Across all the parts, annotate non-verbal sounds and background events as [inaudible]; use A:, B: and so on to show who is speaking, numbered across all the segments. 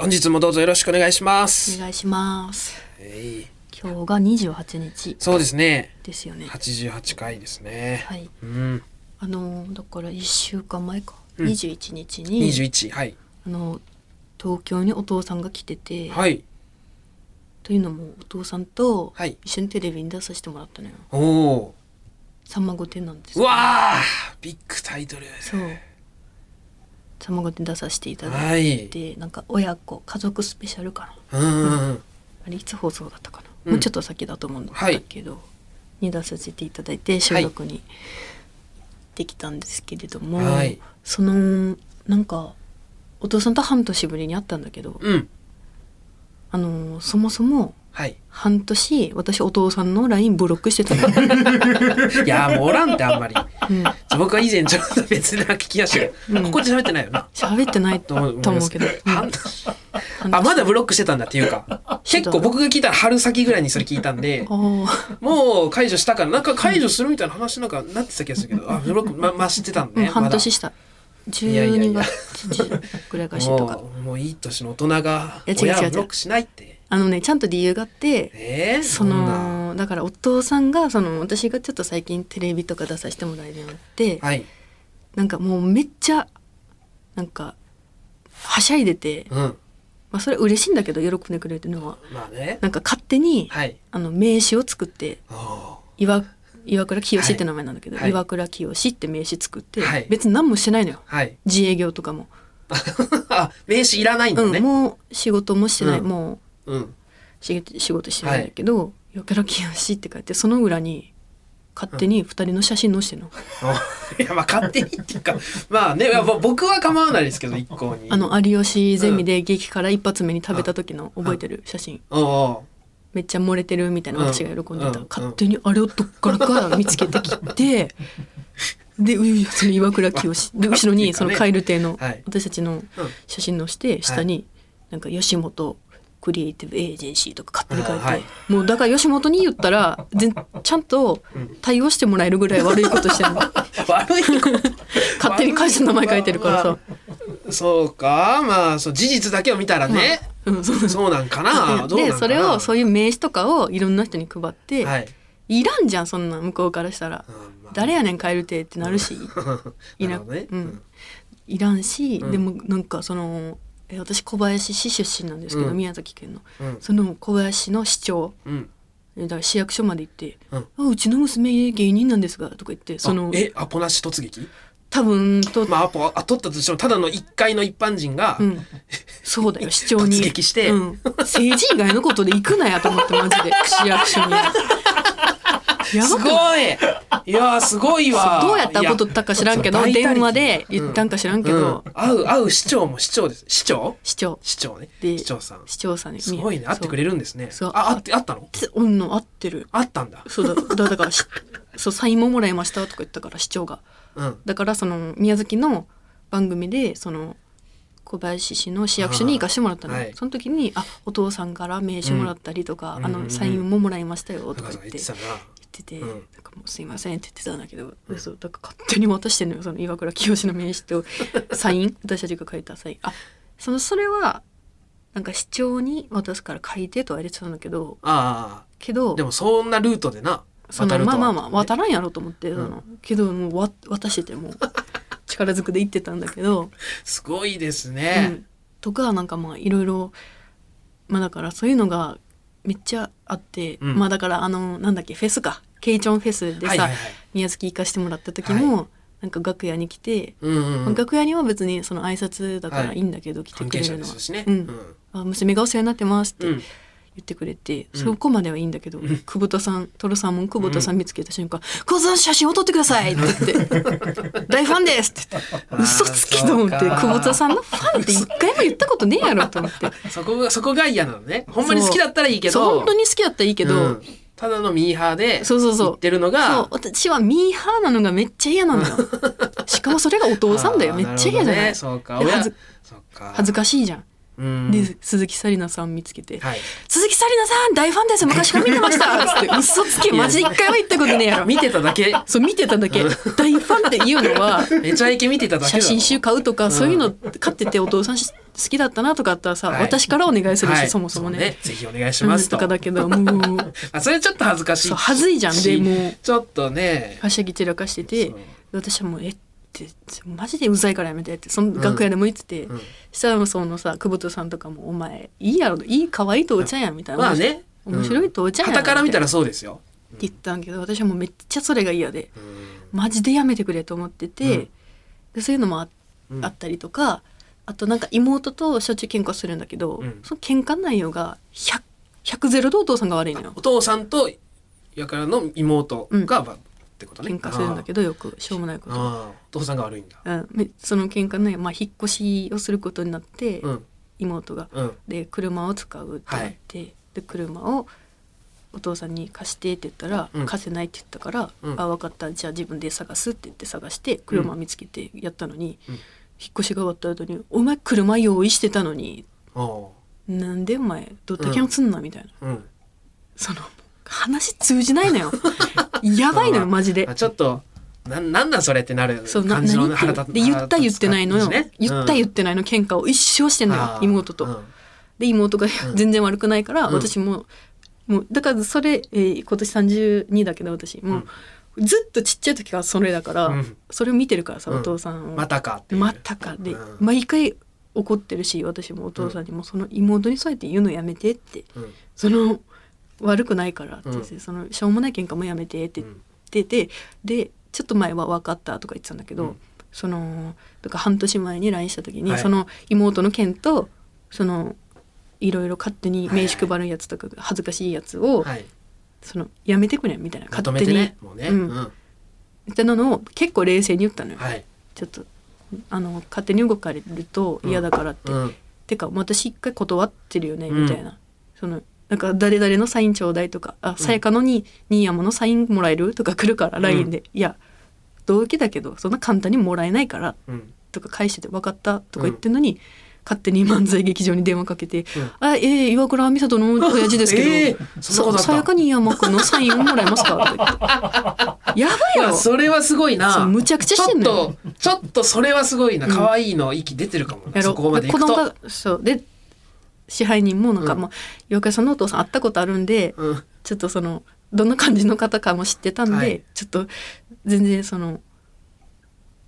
A: 本日もどうぞよろしくお願いしま
B: お
A: す。
B: 願いします
A: えい
B: 今日が28日
A: そうですね。
B: ですよね
A: 88回ですね。
B: はい
A: うん。
B: あのだから1週間前か、
A: うん
B: 21日に
A: 21。はい。
B: あの東京にお父さんが来てて、
A: はい。
B: というのもお父さんと
A: はい
B: 一緒にテレビに出させてもらったのよ
A: おお
B: 「さんま御殿」なんです
A: ー。うわあビッグタイトル。
B: そう「さんま御殿」出させていただい
A: はい。
B: て、なんか親子家族スペシャルかな
A: うん。
B: あれいつ放送だったか
A: う
B: な、
A: ん
B: もうちょっと先だと思うんだけど、に出させていただいて収録にできたんですけれども、
A: はい
B: そのなんかお父さんと半年ぶりに会ったんだけど
A: うん。
B: あのーそもそも
A: はい。
B: 半年私お父さんの LINE ブロックしてたの、
A: [laughs] いやーもうおらんってあんまり。
B: うん、
A: 僕は以前ちょっと別な聞きましたけど、ここで喋ってないよな。
B: 喋ってない
A: と
B: と
A: 思います
B: 思うけど、うん
A: 半年あ、まだブロックしてたんだっていう [laughs] か。結構僕が聞いたら春先ぐらいにそれ聞いたんで。
B: おー
A: もう解除したから、なんか解除するみたいな話なんかなってた気がするけど、あ、ブロック、ま、まあ、知ってたん
B: う
A: で、
B: ん
A: ね。
B: 半年
A: し
B: した
A: いやいやい
B: 12
A: や
B: 月ぐらいからしてたか
A: [laughs] もう、もういい年の大人が、
B: いや違う
A: 親
B: 違う違
A: は
B: う
A: ブロックしないって。
B: あのねちゃんと理由があって
A: えー、
B: そ
A: んな
B: のだからお父さんがその私がちょっと最近テレビとか出させてもらえるようになって、
A: はい。
B: なんかもうめっちゃなんかはしゃいでて、
A: うん。
B: まあ、それ嬉しいんだけど喜んでくれるのは
A: まあね。
B: なんか勝手に、
A: はい。
B: あの名刺を作って
A: おー
B: 岩岩倉清って名前なんだけど、
A: はい
B: 岩倉清って名刺作って、
A: はい
B: 別に何もしてないのよ
A: はい。 [laughs]
B: 自営業とかも、
A: あ、名刺いらないんだ
B: うん、
A: ね。
B: もう仕事もしてない、
A: うん
B: も
A: うん。
B: う仕仕事してないんだけど、岩倉清って書いてその裏に勝手に二人の写真載せてんの。
A: お [laughs] いや、まあ、勝手にっていうか、まあね、いやぼ僕は構わないですけど、一向に。
B: あ、の有吉ゼミで激辛一発目に食べた時の覚えてる写真
A: おうお
B: めっちゃ漏れてるみたいな
A: うん
B: 私が喜んで
A: うん
B: た
A: うん
B: 勝手にあれをどっからか見つけてきてでういその岩倉清で後ろにそのカエル亭の
A: はい
B: 私たちの
A: う。うん。
B: 写真のして下になんか吉本クリエイティブエージェンシーとか勝手に
A: あ
B: 書
A: はいい
B: てもうだから吉本に言ったら全ちゃんと対応してもらえるぐらい悪いことしてるの
A: 悪いこと
B: 勝手に会社の名前書いてるからさ
A: まそうかまあそう事実だけを見たらね、
B: うんそうそう
A: そうなんか
B: [laughs]
A: などうなんか
B: で
A: な
B: それをそう
A: い
B: いう名刺とかをいろんな人に配って、
A: はい、
B: い、らんじゃんそんなん向こうからしたら、
A: うんまあ [laughs]
B: 誰やねんカエル亭ってなるし、い
A: な
B: な
A: るほどね
B: う
A: うんん、
B: いらんし、
A: うん
B: でもなんかそのえ私小林市出身なんですけど、
A: うん
B: 宮崎県の
A: うん
B: その小林市の市長
A: うん
B: えだから市役所まで行って「
A: うん
B: あうちの娘芸人なんですが」とか言ってその
A: あえアポなし突撃
B: 多分と、
A: まあアポあ取ったとしてもただの一階の一般人が、
B: うん、そ
A: [laughs]
B: うだよ市長に
A: 突撃して
B: うん、政治以外のことで行くなやと思ってマ
A: [laughs]
B: ジで市役所に。や
A: す
B: ばく
A: ご
B: ない
A: いいやーすごい
B: [laughs]
A: わ
B: どうやってアポ取
A: いや
B: ったか知らんけど
A: そう大体
B: 電話で言ったんか知らんけど、
A: うん会う会う市長も市長です市長
B: 市長
A: 市長ね
B: で
A: 市長さん
B: 市長さんに
A: すごいね会ってくれ
B: る
A: るんですね
B: そう
A: あ会って会ったの
B: うんの合ってる
A: 会ったんだ
B: そうだだだからし [laughs] そうサインももらいましたとか言ったから市長が
A: うん
B: だからその宮崎の番組でその小林市の市役所に行かしてもらったの、
A: はい
B: その時に「あお父さんから名刺もらったりと
A: う
B: か、
A: ん
B: あ
A: うんうん
B: の
A: うん
B: サインももらいましたよ」と
A: なん
B: か
A: か
B: 言
A: 言っ
B: っ
A: てて
B: 言
A: た
B: っ
A: な
B: てて、
A: うん
B: なんかもうすいませんって言ってたんだけど、そうだから勝手に渡してんのよその岩倉清の名
A: [laughs]
B: 刺とサイン私たちが書いたサインあそのそれはなんか市長に渡すから書いてとは入れてたんだけど
A: ああ
B: けど
A: でもそんなルートでな
B: その
A: ると
B: まあ
A: は
B: まあまあ渡
A: ね
B: らんやろと思って、そのけどもうわ渡し
A: [laughs]
B: ててもう力ずくで行ってたんだけど、
A: すごいです
B: う
A: ね
B: ん、とかなんかまあいろいろまあだからそういうのがめっちゃあって、
A: うん
B: まあだからあのなんだっけフェスかケイチョンフェスでさ、
A: はいはいはい
B: 宮崎行かしてもらった時も、なんか楽屋に来て、
A: うんうんうん
B: 楽屋には別にその挨拶だからいいんだけど、来て
A: 関
B: くれ
A: 係者
B: るの
A: で
B: は
A: すしね
B: う
A: うんん
B: あ娘がお世話になってますって
A: う
B: 言
A: ん
B: ってくれて、
A: うん
B: そこまではいいんだけど、久保田さんトロサーモン久保田さん見つけた瞬間「久保田さん写真を撮ってくださ
A: [laughs]
B: い!」って言って「大ファンです!」って言って
A: あー
B: 嘘つきと思って
A: そうか
B: 久保田さんのファンって一回も言ったことねえやろと思って
A: そこがそこが嫌なのねほんまに好きだったらいいけど
B: そう本当に好きだったらいいけど、
A: うんただのミーハーで
B: そうそうそう
A: 言ってるの
B: そう
A: が
B: 私はミーハーなのがめっちゃ嫌な
A: [laughs]
B: のよしかもそれがお父さんだよ
A: あ
B: め
A: ー
B: っちゃ嫌じゃない
A: るほどねそうか
B: で
A: 親
B: 恥ず
A: そうか
B: 恥ずかしいじゃん
A: うん
B: で鈴木紗理奈さん見つけて
A: はい。
B: 「鈴木紗理奈さん大ファンです昔から見てました」つって
A: [laughs]
B: 「嘘つけマジ一回は言ったことねえやろ」
A: 見てただ
B: [laughs]
A: け。
B: そう見てただけ大ファンっていうのは
A: めちゃイケ見てただけだ
B: 写
A: ろ。
B: 真集買うとかそういうの買っててお父さんし好きだったなとかあったらさ、
A: はい
B: 私からお願いするし、
A: はい
B: そもそもね
A: ぜひお願いし
B: うん
A: ます
B: と
A: と。
B: かだ
A: [laughs]
B: けどもう
A: あそれちょっと恥ずかしい。
B: そう恥ずいじゃんでもう
A: ちょっとね。
B: はしゃぎ散らかしてて
A: そう
B: 私はもうえってマジでうざいからやめてってその楽屋でも言ってて、
A: うん
B: したらそのさ久保田さんとかも「お前いいやろいい可愛い父ちゃんや」みたいな、
A: まあね。
B: 面白い父ちゃんや
A: 旗から見た
B: ら
A: らそうですよ。
B: って言ったんだけど私はもうめっちゃそれが嫌で
A: うん
B: マジでやめてくれと思ってて、
A: うん
B: でそういうのもあって。
A: うん
B: あったりとか、あとなんか妹としょっちゅう喧嘩するんだけど、
A: うん
B: その喧嘩内容が 100, 100ゼロでお父さんが悪いのよ
A: お。父さんとやからの妹が、まあってことね。
B: 喧嘩するんだけどよくしょうもないこと。
A: ああお父さんが悪いんだ。
B: うん、めその喧嘩内容、まあ、引っ越しをすることになって、
A: うん
B: 妹が
A: うん
B: で車を使うってなって、で車をお父さんに貸してって言ったら、
A: うん
B: 貸せないって言ったから「
A: うん
B: あ分かったじゃあ自分で探す」って言って探して車見つけてやったのに、
A: うん
B: 引っ越しが終わった後に「お前車用意してたのに」
A: お
B: なんでお前ドタキャンすんなみたいな、
A: ううん。
B: その話通じない
A: [laughs]
B: のよやばいのよマジで
A: あちょっとなんなんなんそれってなる
B: そうな
A: 感じの
B: 何言
A: ね腹
B: ってる
A: 立
B: で言った言ってないのよ、言った言
A: っ
B: ってないの喧嘩を一生して
A: て
B: んのよ妹と、で妹が
A: ん
B: 全然悪くないから、
A: うん
B: 私ももうだからそれ、えー今年32だけど私もう、ずっとちっちゃい時からそれだから、
A: うん
B: それを見てるからさ、
A: うん
B: お父さんを
A: またかっていう
B: またかで、
A: うん
B: 毎回怒ってるし私もお父さんにもその妹にそうやって言うのやめてって
A: うん
B: その悪くないからって言って、
A: う
B: そのしょうもない喧嘩もやめてって
A: うん
B: 言ってて、でちょっと前は分かったとか言ってたんだけど、
A: うん
B: そのとか半年前に LINE した時に、
A: はい
B: その妹の件とそのいろいろ勝手に名刺配るやつとか恥ずかしいやつを、
A: はい
B: そのやめてくれみたいな
A: ま
B: 勝
A: とめ
B: 手
A: て
B: に、
A: ねもうね
B: うん
A: うん
B: みたいなのを結構冷静に言ったのよ、
A: はい
B: ちょっとあの勝手に動かれると嫌だからって、
A: うん
B: てか私一回断ってるよね
A: うん
B: みたいな、そのなんか誰々のサインちょうだいとか「あさやかのに新山のサインもらえる?」とか来るから LINE で「いや同期だけどそんな簡単にもらえないから
A: うん」
B: とか返してて「分かった」とか言ってんのに、勝手に漫才劇場に電話かけて「あえー、岩倉美里の親父ですけど、
A: えーそんなことあった
B: さやかに新山くんのサインをもらえますか?」とか
A: [laughs]
B: 言って「やばい
A: ま
B: よ
A: あそれはすごい
B: そう
A: な
B: むちゃくちゃしてんのよ
A: ちょっとちょっとそれはすごいな
B: うん
A: 可愛いの息出てるかもな
B: やろ
A: そこまで行く
B: 子
A: と
B: 供がそうで支配人もなんか、
A: うん
B: まあ岩倉さんのお父さん会ったことあるんで、
A: うん
B: ちょっとそのどんな感じの方かも知ってたんで、
A: はい
B: ちょっと全然その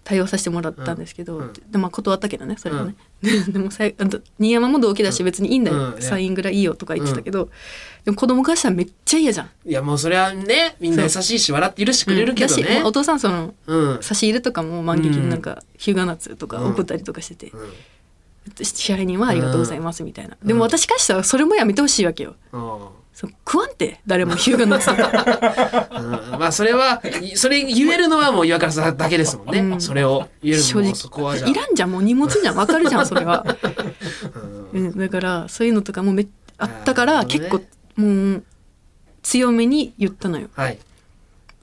B: 対応させてもらったんですけど、
A: うんうん
B: でまあ断ったけどねそれはね、 [laughs] でもさあと新山も同期だし別にいいんだよ、
A: うん
B: サインぐらいいいよとか言ってたけど、でも子供からしたらめっちゃ嫌じゃん。
A: いやもうそれはねみんな優しいし笑って許してくれるけど
B: だしま
A: ね
B: あお父さんその
A: うん
B: 差し入れとかも満劇になんか日向夏とか送ったりとかしてて、
A: うん
B: 支配人はありがとうございますみたいな、
A: うん
B: でも私からしたらそれもやめてほしいわけよ
A: うん
B: そう食わんて誰も日向夏とか
A: うんまあそれはそれ言えるのはもう岩倉さんだけですもんね、
B: うん
A: それを [laughs] 言える
B: 正
A: の
B: 直
A: もそこはじゃあ
B: いらんじゃんもう荷物じゃんわかる
A: [laughs]
B: じゃんそれは、
A: うん
B: うん、だからそういうのとかもめっあったか
A: な
B: ら
A: るほどね
B: 結構もう強めに言ったのよ
A: はい、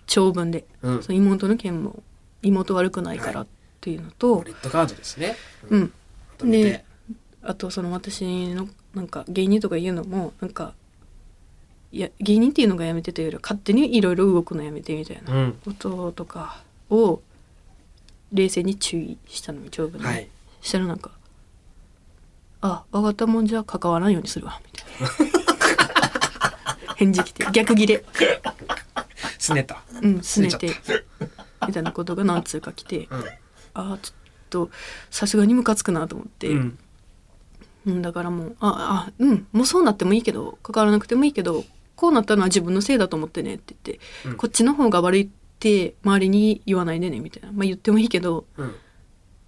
B: 長文で、
A: うん、
B: その妹の件も妹悪くないからっていうのと、
A: レッドカードですね、
B: うん
A: まとめて
B: ねあとその私のなんか芸人とか言うのもなんかいや芸人っていうのがやめてというよりは勝手にいろいろ動くのやめてみたいな
A: うん
B: こととかを冷静に注意したのに丈夫に、
A: はい
B: したらなんか「あわかったもんじゃ関わらんようにするわ」みたい
A: [laughs]
B: な返事来て逆ギレ
A: 拗ねた、
B: うんすねて
A: 拗ね
B: みたいなことが何通か来て
A: うん
B: あーちょっとさすがにムカつくなと思って、
A: う
B: うん
A: ん
B: だからもう「ああうんもうそうなってもいいけど関わらなくてもいいけどこうなったのは自分のせいだと思ってね」って言って、
A: うん
B: こっちの方が悪いって周りに言わないでね」みたいな「まあ言ってもいいけど
A: うん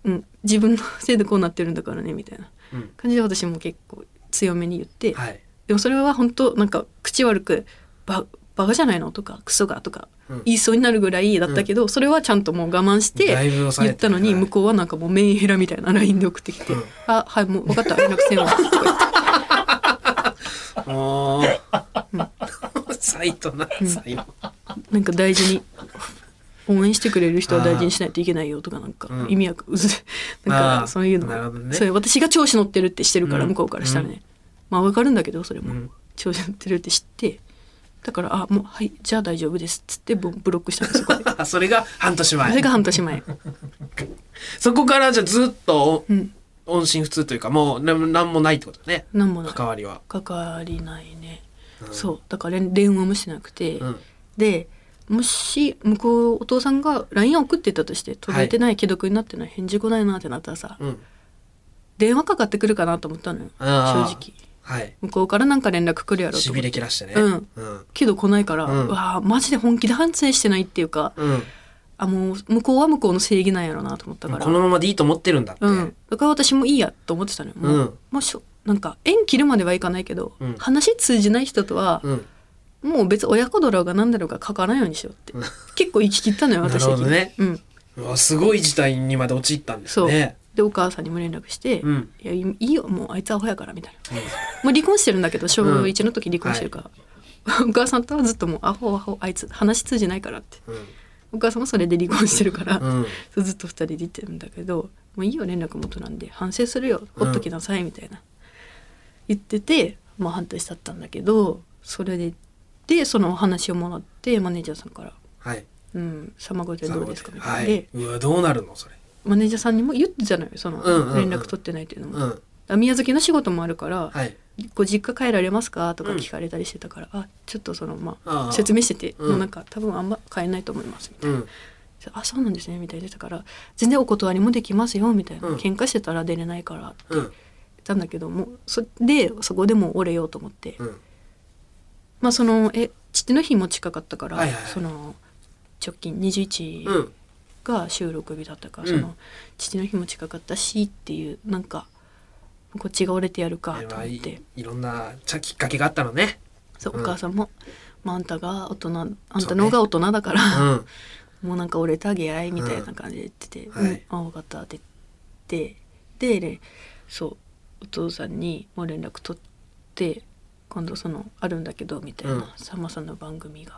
B: うん、自分のせいでこうなってるんだからねみたいな
A: うん
B: 感じで私も結構強めに言って、
A: はい、
B: でもそれは本当なんか口悪くバ「バカじゃないの?」とか「クソが」とか
A: うん
B: 言いそうになるぐらいだったけど、それはちゃんともう我慢して
A: ぶ抑
B: 言ったのに向こうはなんかもうメンヘラみたいな LINE で送ってきて「
A: うん
B: あはいもう分かった連絡
A: [laughs]
B: せんわ」とか言って
A: うもうサイトなサイト、
B: なんか大事に応援してくれる人は大事にしないといけないよとかなんか [laughs]
A: うん
B: 意味わかうずなん
A: あ
B: か
A: ー
B: そういうの
A: なるほどね
B: そういう私が調子乗ってるってしてるから、
A: うん
B: 向こうからしたらね、まあわかるんだけどそれも、
A: うん
B: 調子乗ってるって知ってだからあもうはいじゃあ大丈夫ですっつってブブロックしたんですよこ [laughs] れ
A: あそれが半年前
B: それが半年前
A: そこからじゃあずっと
B: うん
A: 音信不通というかもうななんもないってことだね
B: 何もない
A: 関わりは、
B: かかりないね、
A: うん
B: そうだから連電話もしてなくて、
A: うん
B: でもし向こうお父さんが LINE 送ってたとして届いてない既読になってない返事来ないなってなったらさ、
A: うん
B: 電話かかってくるかなと思ったのよ正
A: あー
B: 直
A: はい
B: 向こうからなんか連絡来るやろと
A: し
B: 思
A: び
B: っ
A: れ
B: て
A: 切らしてね
B: うん
A: うん
B: けど来ないから、
A: うん
B: わあマジで本気で反省してないっていうか
A: うん
B: あもう向こうは向こうの正義なんやろなと思ったから
A: このままでいいと思ってるんだって、
B: うん、だから私もいいやと思ってたのよもう,、
A: うん
B: もうしょなんか縁切るまではいかないけど、
A: うん
B: 話通じない人とは、
A: うん
B: もう別に親子だろうが何だろうが書かないようにしようって
A: うん
B: 結構行き切ったのよ
A: [laughs]
B: 私
A: なるほどね
B: うん、
A: うわすごい事態にまで陥ったんですね
B: でお母さんにも連絡して「
A: うん
B: いやいいいよもうあいつアホやから」みたいなもう離婚してるんだけど小
A: うん
B: 1の時離婚してるから、 [laughs] お母さんとはずっともう「アホアホあいつ話通じないから」って
A: うん
B: お母さんもそれで離婚してるから、
A: うんうん
B: そうずっと2人で言ってるんだけど「もういいよ連絡元なんで反省するよほっときなさい」みたいな、言っててまあ半年経ったんだけどそれででそのお話をもらってマネージャーさんから
A: はい
B: 「うん様ごでどうですか?」みた
A: はい
B: なで、
A: い、うわどうなるのそれ
B: マネージャーさんにも言ってたのよその
A: うんうんうん
B: 連絡取ってないっていうのも。
A: うん
B: あ宮崎の仕事もあるから
A: はい
B: 「ご実家帰られますか?」とか
A: うん
B: 聞かれたりしてたから「あちょっとそのま
A: あ
B: あ
A: あ
B: 説明してて、
A: うん
B: もうなんか多分あんま帰えないと思います」みたいな
A: うん
B: 「あそうなんですね」みたいに言ってたから「全然お断りもできますよ」みたいな、
A: うん
B: 喧嘩してたら出れないから」って
A: う
B: 言っ
A: ん
B: たんだけどもうそでそこでもう折れようと思って、
A: うん
B: まあそのえ父の日も近かったから、
A: はいはいはい
B: その直近21、
A: うん
B: が収録日だったから、
A: うん
B: その父の日も近かったしっていうなんかこっちが折れてやるか
A: え
B: と
A: まあ
B: 思っ
A: い
B: て
A: いいろんなちゃきっかけがあったのね
B: そう
A: うん
B: お母さんも、まあ、あんたが大人あんたの方が大人だか
A: う
B: ら、
A: ん
B: もうなんか折れてあげやいみたいな感じで言ってて「
A: うんはい
B: うんあ分かった」って言ってででそうお父さんにもう連絡取って「今度そのあるんだけど」みたいな、
A: うん
B: さんまさんの番組が。っ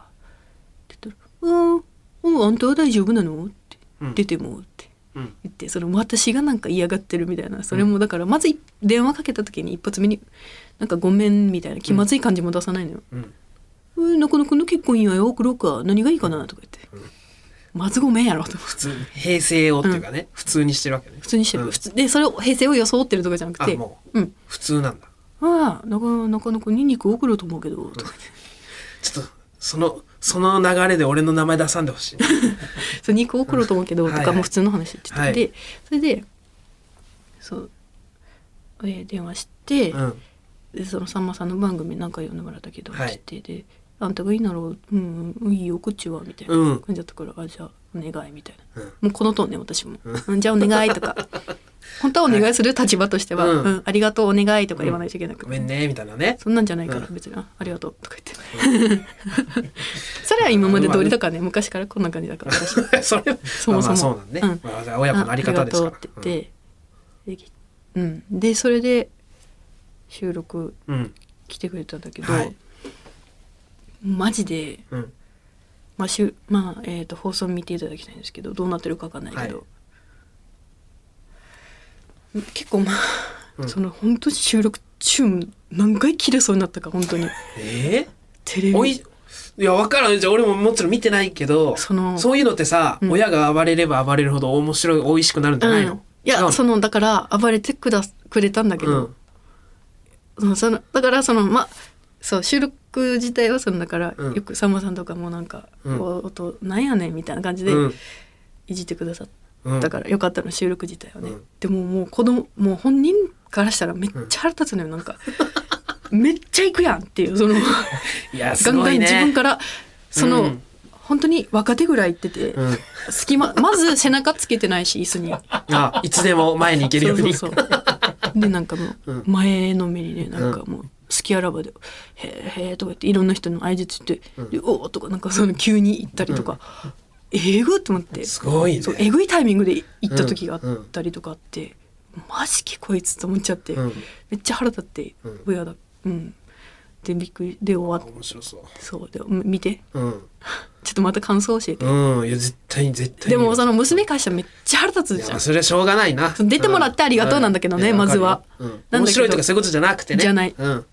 B: て言ったらうんうんあんたは大丈夫なの?」って
A: うん
B: 「出ても」って。
A: うん
B: 言ってその私がなんか嫌がってるみたいなそれもだからまずい電話かけた時に一発目に「なんかごめん」みたいな気まずい感じも出さないのよ
A: うん
B: 「うん、中野くんの結婚祝いを送ろうか何がいいかな」とか言って
A: うん
B: 「まずごめんやろ」と
A: 普通平成をっていうかね、普通にしてるわけね
B: 普通にしてる、
A: うん
B: 普通でそれを平成を装ってるとかじゃなくて
A: あも
B: う、ん、
A: 普通なんだ
B: ああ中中野くんに肉送ろうと思うけど」とか言って [laughs]
A: ちょっとそのその流れで俺の名前出さんでほしいね
B: 「そう肉送ろうと思うけど」
A: うん
B: と
A: はいは
B: か
A: い
B: もう普通の話って言ってて、
A: は
B: でそれでそう、えー電話して、
A: うん
B: でそのさんまさんの番組なんか読んでもらったけど、
A: はい
B: つってで「あんたがいいならうんうんいいよこっちは」みたいな
A: うん
B: 感じだったから「あじゃあお願い」みたいな
A: うん
B: もうこのトーンね私も「うん、じゃあお願い」
A: [laughs]
B: とか本当はお願いする立場としては「
A: うん
B: うんありがとうお願い」とか言わないといけなくて、
A: ごめんねみたいなね [laughs]
B: そんなんじゃないか
A: う
B: ら別に「あありがとう」とか言ってそれは今まで通りだからね昔からこんな感じだから私
A: [laughs] それ
B: そ
A: まあ
B: もそも
A: まあそうなんね、
B: うん
A: まあ、親子のあり方ですから
B: あありがとうって言って、でうん、でそれで収録
A: うん
B: 来てくれたんだけど、
A: はい
B: マジで、
A: うん
B: まあしゅまあえー、と放送見ていただきたいんですけどどうなってるかわかんないけど、
A: は
B: 結構まあ、
A: うん
B: その本当に収録中何回切れそうになったか本当
A: [laughs]
B: に
A: え
B: テレ
A: ー、おい
B: ビ
A: いや分からんじゃあ俺ももちろん見てないけど
B: その
A: そういうのってさ、
B: うん
A: 親が暴れれば暴れるほど面白い美味しくなるんじゃないの、
B: うんい
A: 違う
B: や
A: の
B: そのだから暴れてくだくれたんだけ
A: う
B: ど、
A: ん
B: そのそのだからそのまあそう収録自体はそのだから、
A: うん
B: よくさんまさんとかもなんか「
A: うん
B: お音なんやねん」みたいな感じで
A: うん
B: いじってくださっ
A: うん
B: だからよかったの収録自体はね、
A: うん
B: でももう子供もう本人からしたらめっちゃ腹立つのよな
A: [laughs]
B: んか、めっちゃ行くやんっていうその
A: いやす
B: ガン
A: ご
B: ガン
A: いね
B: 自分からその、
A: うん
B: 本当に若手ぐらい行ってて、
A: うん
B: 隙間まず背中つけてないし椅子に
A: あいつでも前に行ける
B: そ
A: ように
B: うそうそうでなんかも
A: うん
B: う前のめりでなんかもう隙あらばで「へえへえ」とか言っていろんな人の相槌言って「
A: うん
B: でおお」とかなんかその急に行ったりとか「えぐっ!」と思って
A: すごいね
B: そうえぐいタイミングで行った時があったりとかあって、マジきこいつと思っちゃって、
A: うん
B: めっちゃ腹立って
A: うん
B: 親だうんでびっくりで終わっ
A: 面白そ
B: そうでうん見て
A: ううん
B: ちょっとまた感想教えて、
A: うんいや絶対に絶対に
B: でもその娘からしたらめっちゃ腹立
A: い
B: つじゃ
A: や
B: ん
A: それはしょうがないな
B: そう出てもらってありがとうなんだけどね
A: う
B: まずは
A: わかるようん
B: なんだけど
A: 面白いとかそういうことじゃなくてね
B: じゃない
A: うん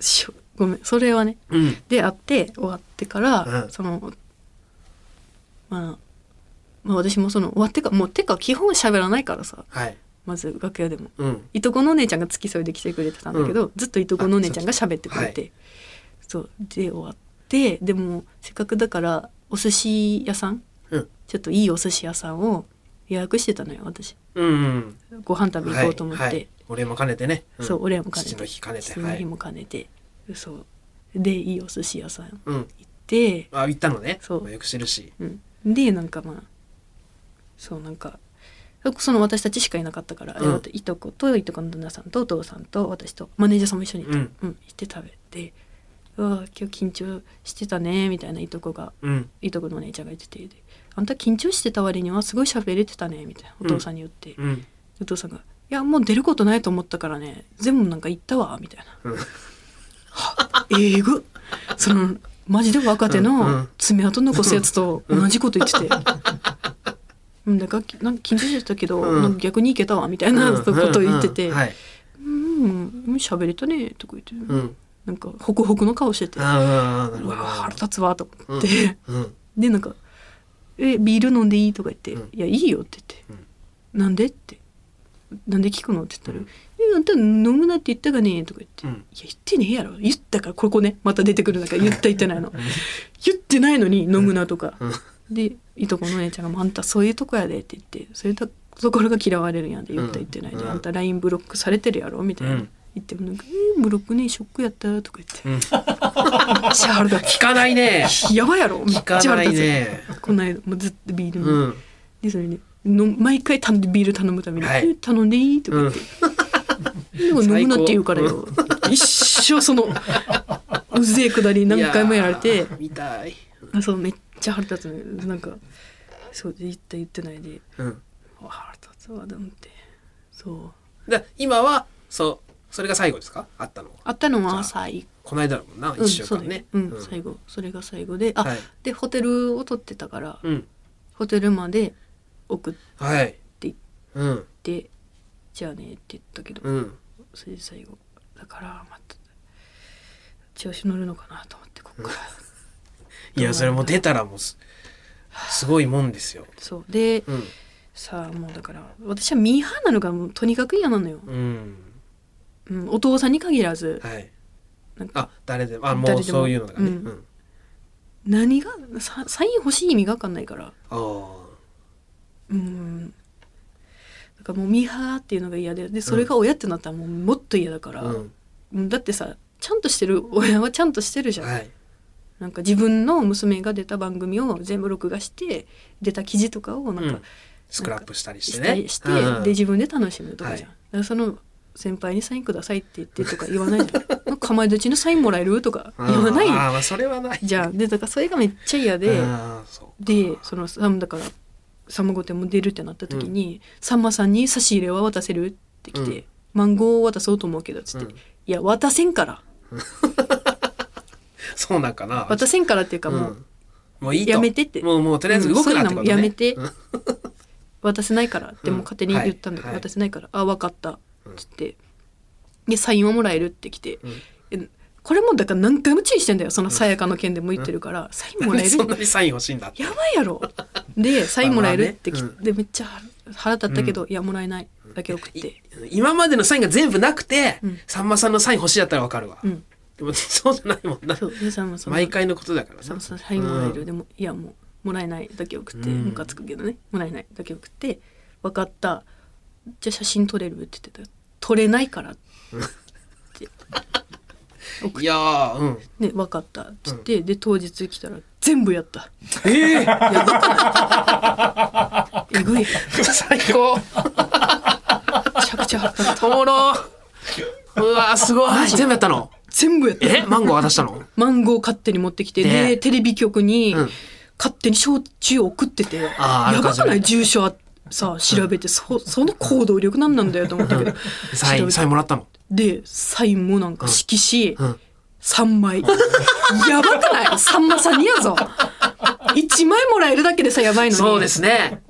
B: しょごめんそれはね
A: うん
B: であって終わってから、
A: うん
B: そのまあまあ私もその終わってからもうてか基本喋らないからさ
A: はい
B: まず楽屋でも
A: うん
B: いとこのお姉ちゃんが付き添いで来てくれてたんだけど、ずっといとこのお姉ちゃんが喋ってくれてそう,、で終わってでもせっかくだからお寿司屋さん、
A: うん
B: ちょっといいお寿司屋さんを予約してたのよ私
A: うんうん
B: ご飯食べ行こうと思って、
A: はいはいお礼も兼ねてねん
B: そうお礼も兼ねて
A: 父の日兼ねて
B: 父の日も兼ねて、そうでいいお寿司屋さん行
A: うん
B: って
A: あ行ったのね
B: そう
A: まあよく知るし
B: うん、でなんかまあそうなんかその私たちしかいなかったから、
A: うん
B: いとこといとこの旦那さんとお父さんと私とマネージャーさんも一緒にいて、
A: うん
B: 行って食べて「うわ今日緊張してたね」みたいないとこが
A: うん
B: いとこのお姉ちゃんが言っててで「あんた緊張してた割にはすごい喋れてたね」みたいなお父さんに言って、
A: うん
B: お父さんが「いやもう出ることないと思ったからね全部なんか言ったわ」みたいな
A: うん
B: えぐそのマジで若手
A: うんう
B: の
A: ん
B: 爪痕残すやつと同じこと言ってて。うん、なんかきなんか緊張してたけど、
A: うん
B: なんか逆にいけたわみたいなことを言ってて「
A: ううん
B: うんん
A: はい
B: うん喋れたね」とか言って、
A: うん
B: なんかホクホクの顔してて「うわ
A: ああなるほど
B: 腹立つわ」と思って、
A: うん
B: でなんか「えビール飲んでいい?」とか言って「
A: うん
B: いやいいよ」って言って「なんで?」って「なんで聞くの?」って言ったら「
A: うん
B: えあんた飲むなって言ったかね?」とか言って「
A: うん
B: いや言ってねえやろ言ったからここねまた出てくるんだから言った言ってないの言ってないのに飲むな」とか、
A: うん
B: でいとこのお姉ちゃんがもう「あんたそういうとこやで」って言って「そういうところが嫌われるんやで言った言ってないで、
A: うん
B: あんた LINE ブロックされてるやろ」みたいな、
A: うん
B: 言ってもなんか「えーブロックねショックやった」とか言って [laughs]
A: うん
B: 「シャールだ」
A: 聞かないね
B: やばいやろめっ
A: 聞
B: ち
A: か
B: ゃ腹
A: ない
B: 立つ
A: ね
B: [laughs] この間もうずっとビール飲んで、
A: うん
B: でそれでの毎回頼んでビール頼むために「
A: はい
B: え頼んでいい?」とか
A: うん
B: 言って「でも飲むな」って言うからよ一
A: [laughs]
B: 生そのうぜえくだり何回もやられ
A: い
B: て
A: やー見たい
B: そうめっちゃ腹立つのよなんかそう言った言ってないで
A: うん
B: あ腹立つわと思ってそう
A: だ今はそうそれが最後ですかあったのは
B: あったのは最後
A: この間だもんな
B: うん
A: 一週
B: そう
A: 間
B: だよ
A: ね
B: うん最後それが最後であ、
A: はい
B: でホテルを取ってたから
A: うん
B: ホテルまで送っ
A: はい
B: て
A: うん
B: て「じゃあね」って言ったけど
A: うん
B: それで最後だからまた調子乗るのかなと思ってこっから、
A: いやそれもう出たらもうすすごいもんですよ
B: そうで
A: うん
B: さあもうだから私はミーハーなのがもうとにかく嫌なのよ、
A: うん
B: うん、お父さんに限らず
A: はい
B: なんか
A: あ誰でもあも
B: 誰
A: う
B: でも
A: そういうのがね
B: うん
A: うん
B: 何がササイン欲しい意味が分かんないから
A: ああ
B: うんだからもうミーハーっていうのが嫌ででそれが親ってなったらもうもっと嫌だから、
A: うん
B: うんだってさちゃんとしてる親はちゃんとしてるじゃん、
A: はい
B: なんか自分の娘が出た番組を全部録画して出た記事とかをなん
A: う
B: か
A: んスクラップしたりして
B: した
A: ね
B: りして、
A: うん
B: で自分で楽しむとかじゃん、
A: は
B: だからその先輩にサインくださいって言ってとか言わないじ
A: [laughs]
B: ゃんなんかかまいどちのサインもらえるとか
A: うん
B: 言わない
A: ああまあそれはない
B: じゃんでだからそれがめっちゃ嫌で
A: ああそう
B: でそのさだから「さんま御殿」も出るってなった時に、さんまさんに差し入れは渡せるってきて、
A: うん
B: マンゴーを渡そうと思うけどっつって、
A: うん
B: いや渡せんから
A: そうなんかな
B: 渡せんからっていうかもう、
A: うんもういいと
B: やめてって
A: もうもうとりあえず動くなってことね
B: うんそういうのもやめて
A: うん
B: 渡せないからってもう勝手に言った
A: うん
B: んだけど、
A: はいはい
B: 渡せないから「あ分かった」っ
A: うん
B: つって、でサインをもらえるってきて、
A: うん
B: えこれもだから何回も注意してんだよそのさやかの件でも言ってるから、サインもらえ
A: [laughs]
B: る
A: そんなにサイン欲しいんだって
B: やばいやろでサインもらえるってき
A: まあまあ
B: てめっちゃ腹立ったけど、いやもらえないだけ送っ
A: い
B: て、
A: 今までのサインが全部なくて、
B: うん
A: さんまさんのサイン欲しいだったらわかるわ、
B: うん
A: でもそうじゃないもんな
B: そうでさんまさん
A: 毎回のことだから
B: そ
A: さ
B: うそうサインもらえる、
A: うん
B: でもいやもうもらえないだけ送って
A: うん
B: ムカつくけどねもらえないだけ送って分かったじゃあ写真撮れるって言ってた撮れないからって
A: いやーうん
B: ね分かったっつって、で当日来たら全部やった
A: ええー、
B: やばくないえぐいめ
A: 最高
B: ちゃくちゃ腹立
A: [laughs]
B: った
A: おもろうわーすごい全部やったの
B: 全部やった
A: えマンゴー渡したの
B: マンゴー勝手に持ってきて、
A: ね
B: でテレビ局に
A: うん
B: 勝手に焼酎送ってて、
A: あー
B: やばく
A: あらか
B: な
A: じ
B: い
A: め
B: 住所はさ調べて、そその行動力なんなんだよと思ったけど
A: サインサインもらったの
B: でサインもなんか色紙、
A: うん
B: 3枚やばくないさんまさんにやぞ1枚もらえるだけでさやばいのに
A: そうですね。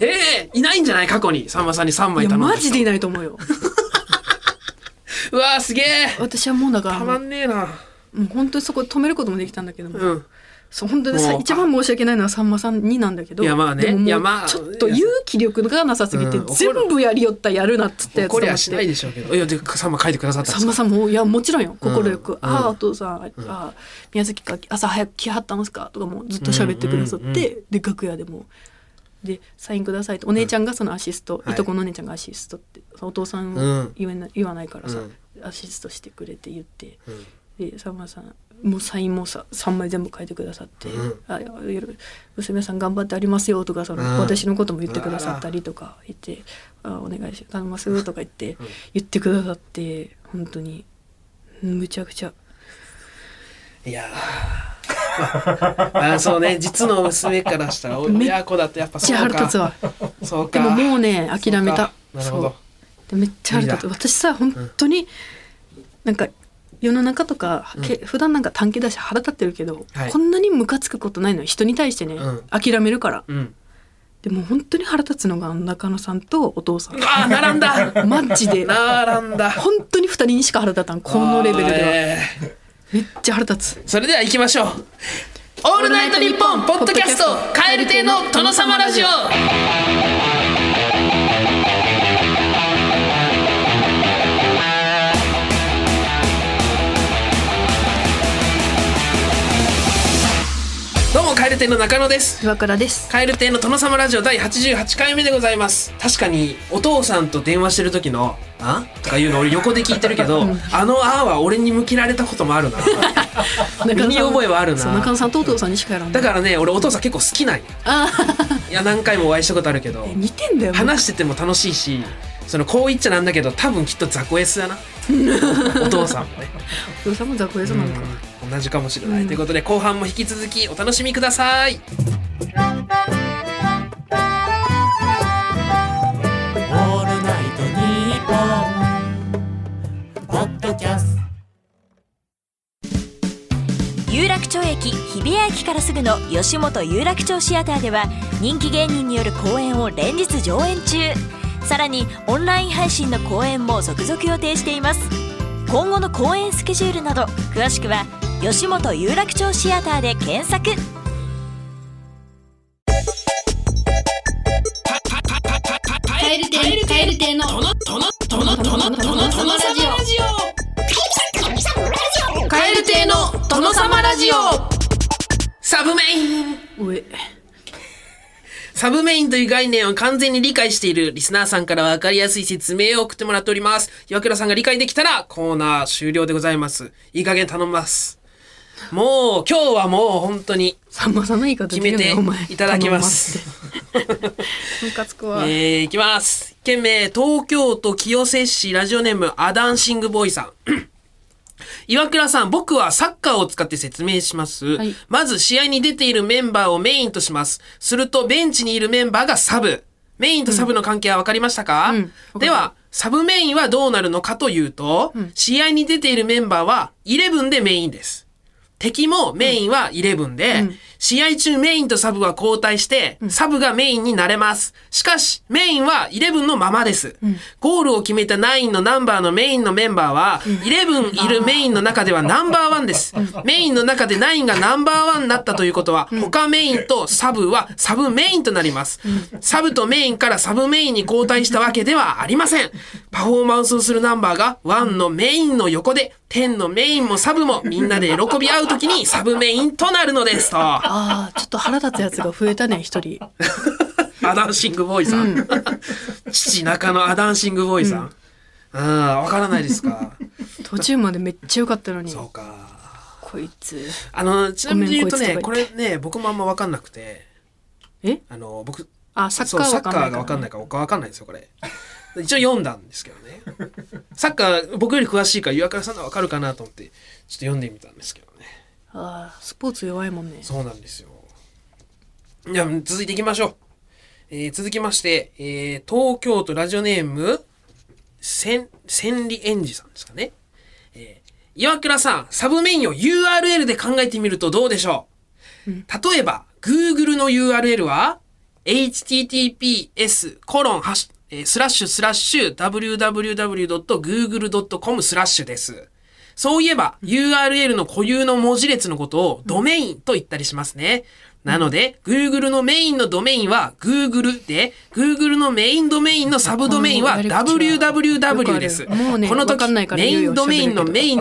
A: ええいないんじゃない過去に。さんまさんに3枚
B: い
A: 頼
B: や
A: んだ
B: マ
A: 人
B: ジでいないと思うよ
A: うわーすげえ
B: 私はもうだから
A: たまんねえな。
B: もう本当にそこ止めることもできたんだけども、
A: うん。
B: そう本当にさ
A: もう
B: 一番申し訳ないのはさんまさんになんだけど
A: いやまあね
B: でももう
A: いやまあ
B: ちょっと勇気力がなさすぎて、
A: うん怒
B: 全
A: る
B: 部やりよったやるなっつったやつと
A: 怒り
B: 思
A: は
B: っ
A: しな
B: て
A: いでしょうけど。いや、で、さんま書いてくださったんで
B: さん
A: す
B: ま
A: か
B: さんも「いやもちろんよ心よく、
A: うん
B: ああ
A: うん
B: お父さん、ああ宮崎か朝早く来はったんすか?」とかもうずっと喋ってくださって、
A: うんうんうん
B: で楽屋でも「でサインください」ってお姉ちゃんがそのアシスト、
A: はい
B: いとこのお姉ちゃんがアシストってお父さん
A: うん
B: 言えない言わないからさ、アシストしてくれて言って。でさんまさんもうサインもさ3枚全部書いてくださって「
A: うん
B: あいやいや娘さん頑張ってありますよ」とかその、
A: うん
B: 私のことも言ってくださったりとか言って「あお願いします頼ます」とか言って、言ってくださって本当にむちゃくちゃ
A: いやー。まああ、そうね。実の娘からしたら、お
B: めっ
A: 親子だとやっぱ
B: じ
A: そ
B: ゃあ
A: う
B: 腹立つ
A: か。
B: わ
A: そう
B: で
A: か。
B: ももうね諦めた
A: そうかなるほど。
B: でめっちゃ腹立つ
A: 無
B: 私さ本当に、なんか世の中とか、け普段なんか短期だし腹立ってるけど、
A: はい
B: こんなにムカつくことないのよ人に対してね、
A: うん
B: 諦めるから。
A: うん。
B: でも本当に腹立つのが中野さんとお父さん。
A: ああ、並んだ
B: マジで。
A: 並んだ。
B: 本当に二人にしか腹立たん。このレベルで
A: あー
B: は。
A: えー
B: めっちゃ腹立つ。
A: それでは行きましょう。オールナイトニッポンポッドキャスト、蛙亭の殿様ラジオ。どうも、蛙亭の中野です。
B: 岩倉です。
A: 蛙亭の殿様ラジオ第88回目でございます。確かに、お父さんと電話してる時の、あとかいうの俺横で聞いてるけど、あのあは俺に向けられたこともあるな。
B: 中
A: 身に覚えはあるな
B: そう中野さんとお父さんにしかやらん
A: だ
B: だ
A: からね俺お父さん結構好きなんよ
B: あー
A: いや何回もお会いしたことあるけど
B: 似てんだよ。もう
A: 話してても楽しいしそのこう言っちゃなんだけど多分きっと雑魚 S だなお父さんもね、
B: お父さんも雑魚やそうなのか。
A: うん同じかもしれない、ということで後半も引き続きお楽しみください
C: オールナイトニッポン」ポッドキャスト
D: 有楽町駅日比谷駅からすぐの吉本有楽町シアターでは人気芸人による公演を連日上演中さらにオンライン配信の公演も続々予定しています今後の公演スケジュールなど詳しくは吉本有楽町シアターで検索
A: 蛙亭の殿様ラジオサブメイン
B: おえ。
A: サブメインという概念を完全に理解しているリスナーさんから分かりやすい説明を送ってもらっております。岩倉さんが理解できたらコーナー終了でございます。いい加減頼みます。もう今日はもう本当に
B: さんまさんの言い方
A: 決め
B: でき
A: て
B: るなお前
A: いただきます。
B: 頼むわって。ムカつく
A: え
B: わ。
A: ー、いきます。県名、東京都清瀬市ラジオネームアダンシングボーイさん。 [clears throat] 岩倉さん、僕はサッカーを使って説明します、
B: はい
A: まず試合に出ているメンバーをメインとします。するとベンチにいるメンバーがサブ。メインとサブの関係は分かりましたか、
B: うんうん
A: では、サブメインはどうなるのかというと、試合に出ているメンバーは11でメインです。敵もメインは11で、試合中メインとサブは交代して、サブがメインになれます。しかし、メインは11のままです。ゴールを決めた9のナンバーのメインのメンバーは、11いるメインの中ではナンバーワンです。メインの中で9がナンバーワンになったということは、他メインとサブはサブメインとなります。サブとメインからサブメインに交代したわけではありません。パフォーマンスをするナンバーが1のメインの横で、10のメインもサブもみんなで喜び合うときにサブメインとなるのですと。ア
B: ああちょっと腹立つやつが増えたね一人。
A: ダンシングボーイさん。父中のアダンシングボーイさん。うん、わからないですか。
B: 途中までめっちゃ良かったのに
A: そうか。
B: こいつ。
A: あの、ちなみに言うとね、
B: ご
A: こ
B: めん
A: れね、僕もあんまわかんなくて、
B: え
A: あの、僕、
B: あサッ
A: そう
B: カー
A: サ
B: わ
A: ッカ
B: かんない
A: ーがわかんないいから、僕はわかんないんですよ、これ。 [laughs] 一応読んだんですけどね。サッカー、僕より詳しいから、岩倉さんのはわかるかなと思って、ちょっと読んでみたんですけどね。
B: あースポーツ弱いもんね
A: そうなんですよ。じゃあ、続いていきましょう。えー続きまして、えー東京都ラジオネーム、千千里園児さんですかね。えー岩倉さん、サブメインを URL で考えてみるとどうでしょう、例えば、Google の URL は、https コロンハッシュえースラッシュスラッシュ www.google.com スラッシュです。そういえば、URL の固有の文字列のことをドメインと言ったりしますね。なので、Google のメインのドメインは Google で、Google のメインドメインのサブドメインは
B: あのやり口はよくあ
A: www
B: る
A: です。
B: もうね
A: この
B: わか
A: 時、
B: んないから
A: メインドメインの
B: 言うよ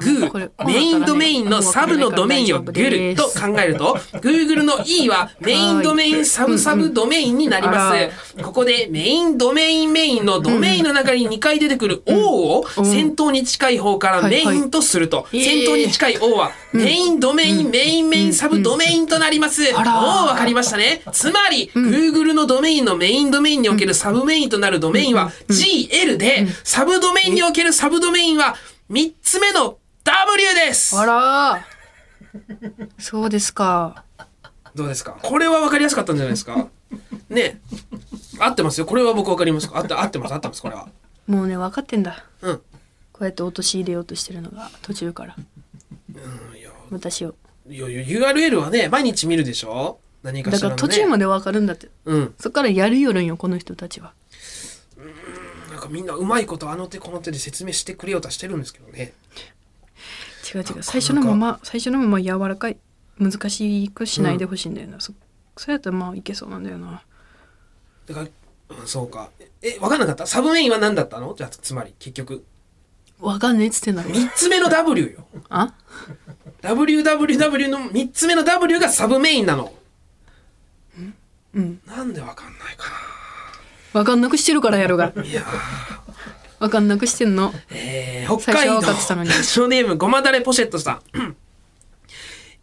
B: 喋る
A: メインのドメインをグ
B: けど知ってんだよこれ
A: ー、メインドメインのサブのドメインをグルと考えると、Google の E はメインドメインサブサブドメインになりま
B: うんうん
A: す。ここでメインドメインメインのドメインの中に2回出てくる O を先頭に近い方からメインとすると、
B: いはい
A: 先頭に近い O はメインドメインメインメインサブドメインとなります。お
B: あら
A: ーわかりましたね。つまり、Google のドメインのメインドメインにおけるサブメインとなるドメインは GL で、サブドメインにおけるサブドメインは3つ目の W です
B: あらーそうですか
A: どうですかこれは分かりやすかったんじゃないですか [laughs] ね合ってますよこれは僕分かりますか合って合ってます合ってますこれは
B: もうね分かってんだ
A: うん
B: こうやって落とし入れようとしてるのが途中から私を
A: いやいや URL はね毎日見るでしょ何か
B: だ
A: し
B: からら
A: のね
B: 途中まで分かるんだって
A: うん
B: そっからやるよるんよこの人たちは
A: なんかみんなうまいことあの手この手で説明してくれようとはしてるんですけどね
B: 違う違う最初のまま最初のまま柔らかい難しくしないでほしいんだよな、そそれやったらまあいけそうなんだよな
A: だから、うんそうかえ分かんなかったサブメインは何だったのじゃあつまり結局
B: 分かんねえっつってんだろ
A: 3つ目の W よ
B: あ
A: WWW の3つ目の W がサブメインなの
B: うん
A: なんで分かんないか
B: 分かんなくしてるからやるが
A: ないやー
B: 分かんなくしてんの
A: えー、北海
B: 最
A: 道
B: 初は分かっ
A: [laughs]
B: てたのに
A: ラジオネームごまだれポシェットさん。 [clears throat] うん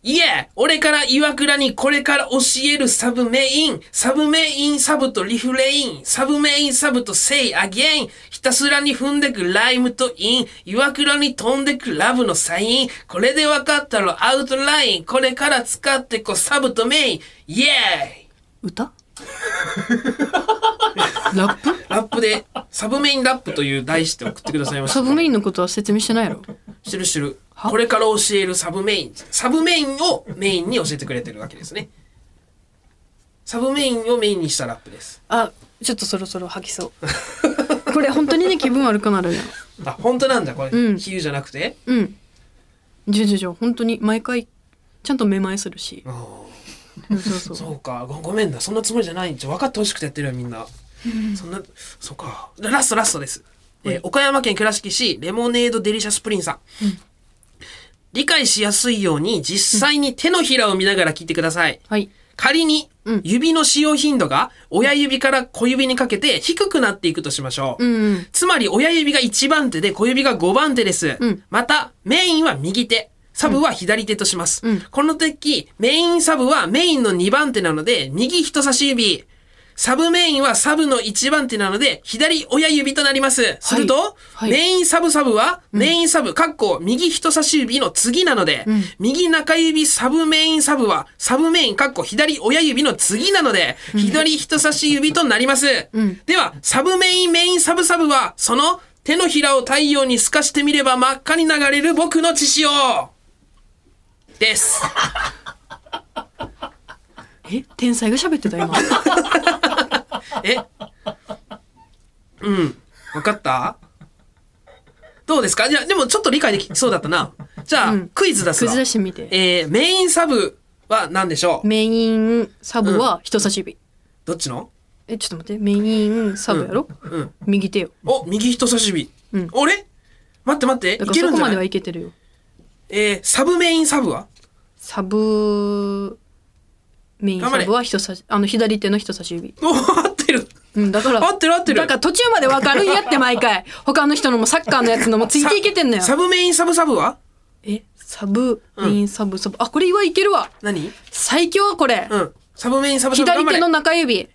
A: いえ、俺から岩倉にこれから教えるサブメイン、サブメインサブとリフレイン、サブメインサブとセイアゲイン、ひたすらに踏んでくライムとイン、岩倉に飛んでくラブのサイン、これで分かったろアウトライン、これから使ってこサブとメイン、イエーイ
B: 歌ラップ
A: ラップで、サブメインラップという題して送ってくださいました。
B: サブメインのことは説明してないやろ
A: してるしてる。これから教えるサブメイン。サブメインをメインに教えてくれてるわけですね。サブメインをメインにしたラップです。
B: あちょっとそろそろ吐きそうこれ本当にね気分悪くなるやん
A: あ、本当なんだ、これ。
B: うん
A: 比喩じゃなくて。
B: うんじゃじゃじゃ本当に毎回ちゃんとめまいするし
A: あ
B: そうそう
A: ー
B: そう
A: そうかご。ごめんな。そんなつもりじゃないんじゃ分かってほしくてやってるよ、みんな。そんな、そうか。ラスト、ラストです。えー岡山県倉敷市、レモネードデリシャスプリンさん。理解しやすいように、実際に手のひらを見ながら聞いてください。
B: はい
A: 仮に
B: うん
A: 指の使用頻度が親指から小指にかけて低くなっていくとしましょう。
B: うんうん
A: つまり親指が1番手で小指が5番手です。
B: うん
A: また、メインは右手。サブは左手とします。
B: うん
A: この時、メインサブはメインの2番手なので、右人差し指。サブメインはサブの1番手なので、左親指となります。すると、
B: はい
A: メインサブサブは、メインサブ、かっこ、右人差し指の次なので、
B: ん
A: 右中指サブメインサブは、サブメイン、かっこ、左親指の次なので、左人差し指となります。
B: うん
A: では、サブメインメインサブサブは、その手のひらを太陽に透かしてみれば真っ赤に流れる僕の血潮です。
B: え天才が喋ってた [laughs] 今
A: えうん。わかったどうですかいや、でもちょっと理解できそうだったな。じゃあ、
B: うん
A: クイズ出す
B: 崩
A: わ。
B: 出してみて
A: えー、メインサブは何でしょう
B: メインサブは人差し指、
A: どっちの
B: えちょっと待ってメインサブやろ、
A: うん。
B: 右手よ
A: お、右人差し指。
B: うん
A: 俺待って待って、
B: だ
A: い
B: か
A: ける
B: らそ
A: ん
B: こ
A: じ
B: ま
A: ゃ
B: で
A: な
B: はいいけてるよ
A: えー、サブメインサブは [laughs]
B: サブメインサブは人差しあの左手の人差し指
A: お、合ってる
B: うんだから
A: 合ってる合ってる
B: だから途中までわかるんやって毎回他の人のもサッカーのやつのもついていけてんのよ
A: サブメインサブサブは
B: えサブメインサブサブ、あこれはいけるわ
A: 何
B: 最強これ、
A: うん。サブメインサブサブ
B: 左手の
A: 頑張れ
B: 中指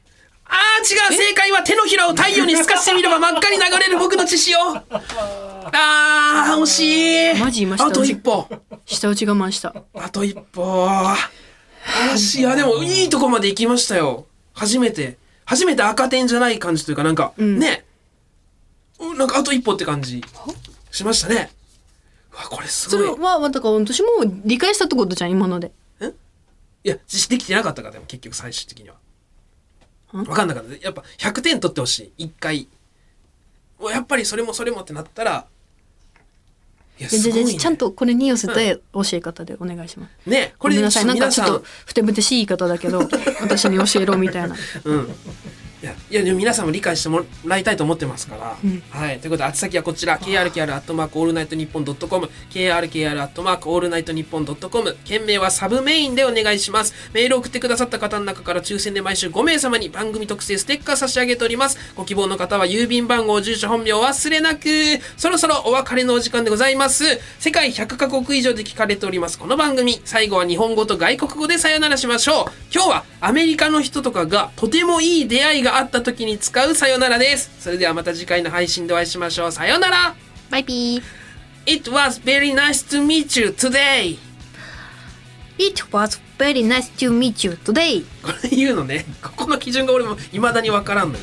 A: あー違う正解は手のひらを太陽に透かしてみれば真っ赤に流れる僕の血
B: [laughs]
A: 潮あー、惜しい
B: マジ今下
A: あと一歩
B: 下打ち我慢した
A: あと一歩惜しいいや、でもいいとこまで行きましたよ。初めて。初めて赤点じゃない感じというか、なんか、
B: ん
A: ね。うんなんかあと一歩って感じしましたね。わこれす
B: そ
A: ご
B: れ
A: い
B: はまあだから私も理解したってことじゃん今ので
A: いやしできてなかったからでも結局最終的には
B: ん
A: 分かんなかったやっぱ100点取ってほしい一回うわやっぱりそれもそれもってなったらいや
B: じ
A: す
B: ゃじ
A: ごい、
B: ゃ
A: ね、
B: ちゃんとこれに寄せて教え方でお願いします、
A: ねこ
B: ご
A: れ
B: めん
A: で
B: なさいなんか
A: 皆
B: ちょ
A: さ
B: っと
A: ん
B: ふてぶてしい言い方だけど私に教えろみたいな
A: うんいやいやでも皆さんも理解してもらいたいと思ってますから、
B: うん
A: はいということで宛先はこちら KRKR アットマークオールナイトニッポンドットコム KRKR アットマークオールナイトニッポンドットコム件名はサブメインでお願いしますメールを送ってくださった方の中から抽選で毎週5名様に番組特製ステッカー差し上げておりますご希望の方は郵便番号住所本名を忘れなくそろそろお別れのお時間でございます世界100カ国以上で聞かれておりますこの番組最後は日本語と外国語でさよならしましょう今日はアメリカの人とかがとてもいい出会いがあった時に使うさよならですそれではまた次回の配信でお会いしましょうさよなら
B: バイビー
A: It was very nice to meet you today
B: It was very nice to meet you today
A: これ言うのねここの基準が俺も未だにわからんのよ